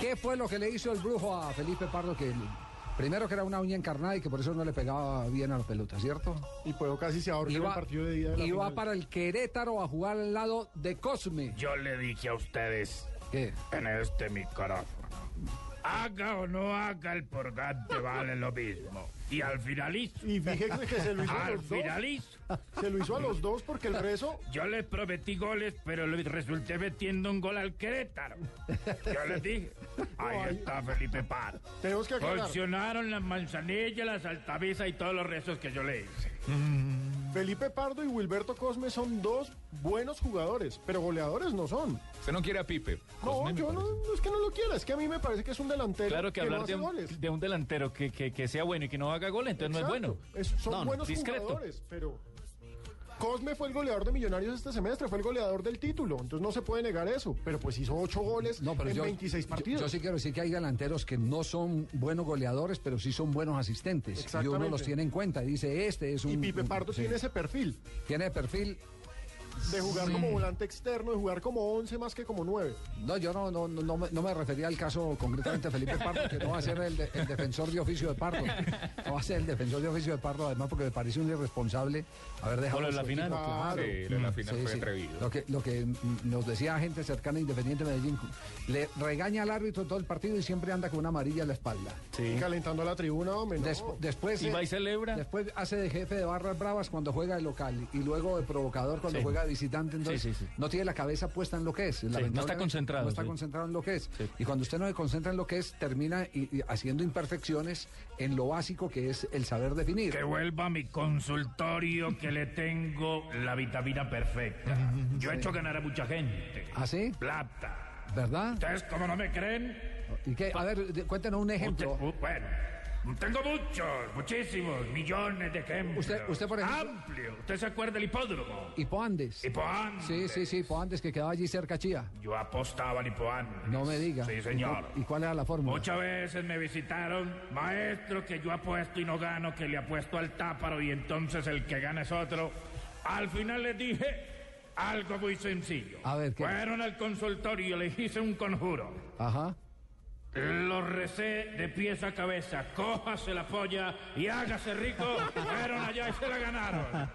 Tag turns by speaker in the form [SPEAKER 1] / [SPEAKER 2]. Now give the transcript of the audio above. [SPEAKER 1] ¿Qué fue lo que le hizo el brujo a Felipe Pardo? Que primero que era una uña encarnada y que por eso no le pegaba bien a la pelota, ¿cierto?
[SPEAKER 2] Y luego casi se ahorca
[SPEAKER 1] Iba-
[SPEAKER 2] el partido de día de la
[SPEAKER 1] iba
[SPEAKER 2] final.
[SPEAKER 1] para el Querétaro a jugar al lado de Cosme.
[SPEAKER 3] Yo le dije a ustedes
[SPEAKER 1] ¿Qué?
[SPEAKER 3] en este micrófono. Haga o no haga el purgante, vale lo mismo. Y al finalizo,
[SPEAKER 2] Y fíjese que se lo hizo a
[SPEAKER 3] al
[SPEAKER 2] los dos.
[SPEAKER 3] finalizo,
[SPEAKER 2] Se lo hizo a los dos porque el rezo.
[SPEAKER 3] yo les prometí goles, pero le resulté metiendo un gol al Querétaro. Yo les dije, ahí está Felipe Paz.
[SPEAKER 2] Tenemos que aclarar.
[SPEAKER 3] Funcionaron las manzanillas, las altavizas y todos los rezos que yo le hice.
[SPEAKER 2] Felipe Pardo y Wilberto Cosme son dos buenos jugadores, pero goleadores no son.
[SPEAKER 4] Usted no quiere a Pipe.
[SPEAKER 2] No,
[SPEAKER 4] Cosme, me
[SPEAKER 2] yo no,
[SPEAKER 4] parece.
[SPEAKER 2] no es que no lo quiera, es que a mí me parece que es un delantero.
[SPEAKER 5] Pues, Claro que
[SPEAKER 2] no
[SPEAKER 5] hablar
[SPEAKER 2] hace
[SPEAKER 5] de un,
[SPEAKER 2] goles.
[SPEAKER 5] de un delantero que, que- que sea bueno y que no haga gol, entonces no es
[SPEAKER 2] Exacto,
[SPEAKER 5] bueno.
[SPEAKER 2] es- son
[SPEAKER 5] No, no,
[SPEAKER 2] buenos
[SPEAKER 5] discreto.
[SPEAKER 2] jugadores, pero. Cosme fue el goleador de Millonarios este semestre, fue el goleador del título, entonces no se puede negar eso. Pero pues hizo ocho goles
[SPEAKER 1] No, pero
[SPEAKER 2] en
[SPEAKER 1] yo,
[SPEAKER 2] 26
[SPEAKER 1] yo-
[SPEAKER 2] partidos.
[SPEAKER 1] Yo, sí quiero decir que hay delanteros que no son buenos goleadores, pero sí son buenos asistentes. Y uno
[SPEAKER 2] Exactamente.
[SPEAKER 1] los tiene en cuenta y dice, este es un...
[SPEAKER 2] y Pipe
[SPEAKER 1] un-
[SPEAKER 2] Pardo
[SPEAKER 1] sí.
[SPEAKER 2] tiene ese perfil
[SPEAKER 1] Tiene perfil.
[SPEAKER 2] de jugar como volante externo, de jugar como 11 más que como 9.
[SPEAKER 1] No, yo no, no, no, no me, no me refería al caso concretamente de Felipe Pardo, que no va a ser el, de- el defensor de oficio de Pardo. No va a ser el defensor de oficio de Pardo, además porque me parece un irresponsable haber dejado...
[SPEAKER 5] Por lo de
[SPEAKER 1] su
[SPEAKER 5] la
[SPEAKER 1] equipo,
[SPEAKER 5] final.
[SPEAKER 2] Claro.
[SPEAKER 4] Sí, la, la final
[SPEAKER 1] Sí,
[SPEAKER 4] fue
[SPEAKER 1] sí.
[SPEAKER 4] atrevido.
[SPEAKER 1] Lo que, lo que mm, nos decía gente cercana a Independiente Medellín, le regaña al árbitro todo el partido y siempre anda con una amarilla en la espalda.
[SPEAKER 5] Sí.
[SPEAKER 2] Calentando a la tribuna, hombre. no.
[SPEAKER 1] Desp- después,
[SPEAKER 5] Y
[SPEAKER 1] eh,
[SPEAKER 5] va y celebra.
[SPEAKER 1] después hace de jefe de barras bravas cuando juega de local y luego de provocador cuando
[SPEAKER 5] Sí.
[SPEAKER 1] juega de visitante. Entonces
[SPEAKER 5] Sí, sí, sí.
[SPEAKER 1] no tiene la cabeza puesta en lo que es. lamentablemente,
[SPEAKER 5] está concentrado,
[SPEAKER 1] No está
[SPEAKER 5] sí.
[SPEAKER 1] concentrado en lo que es.
[SPEAKER 5] Sí.
[SPEAKER 1] Y cuando usted no se concentra en lo que es, termina y- y haciendo imperfecciones en lo básico que es el saber definir.
[SPEAKER 3] Que vuelva a mi consultorio que le tengo la vitamina perfecta. Yo he hecho ganar a mucha gente.
[SPEAKER 1] ¿Ah, sí?
[SPEAKER 3] Plata.
[SPEAKER 1] ¿Verdad?
[SPEAKER 3] Ustedes, como no me creen,
[SPEAKER 1] ¿Y qué? A ver, de- cuéntenos un ejemplo.
[SPEAKER 3] usted- u- bueno, tengo muchos, muchísimos, millones de ejemplos.
[SPEAKER 1] Usted- usted, por ejemplo-
[SPEAKER 3] Amplio. ¿Usted se acuerda del hipódromo?
[SPEAKER 1] Hipoandes.
[SPEAKER 3] Hipoandes.
[SPEAKER 1] Sí, sí, sí, Hipoandes que quedaba allí cerca a Chía.
[SPEAKER 3] Yo apostaba al Hipoandes.
[SPEAKER 1] No me diga.
[SPEAKER 3] Sí, señor.
[SPEAKER 1] ¿Y cu- ¿Y cuál era la fórmula?
[SPEAKER 3] Muchas veces me visitaron, maestro, que yo apuesto y no gano, que le apuesto al táparo y entonces el que gana es otro. Al final les dije algo muy sencillo.
[SPEAKER 1] A ver, ¿qué?
[SPEAKER 3] Fueron al consultorio y les hice un conjuro.
[SPEAKER 1] Ajá.
[SPEAKER 3] Lo recé de pies a cabeza, cójase la polla y hágase rico. Fueron allá y se la ganaron.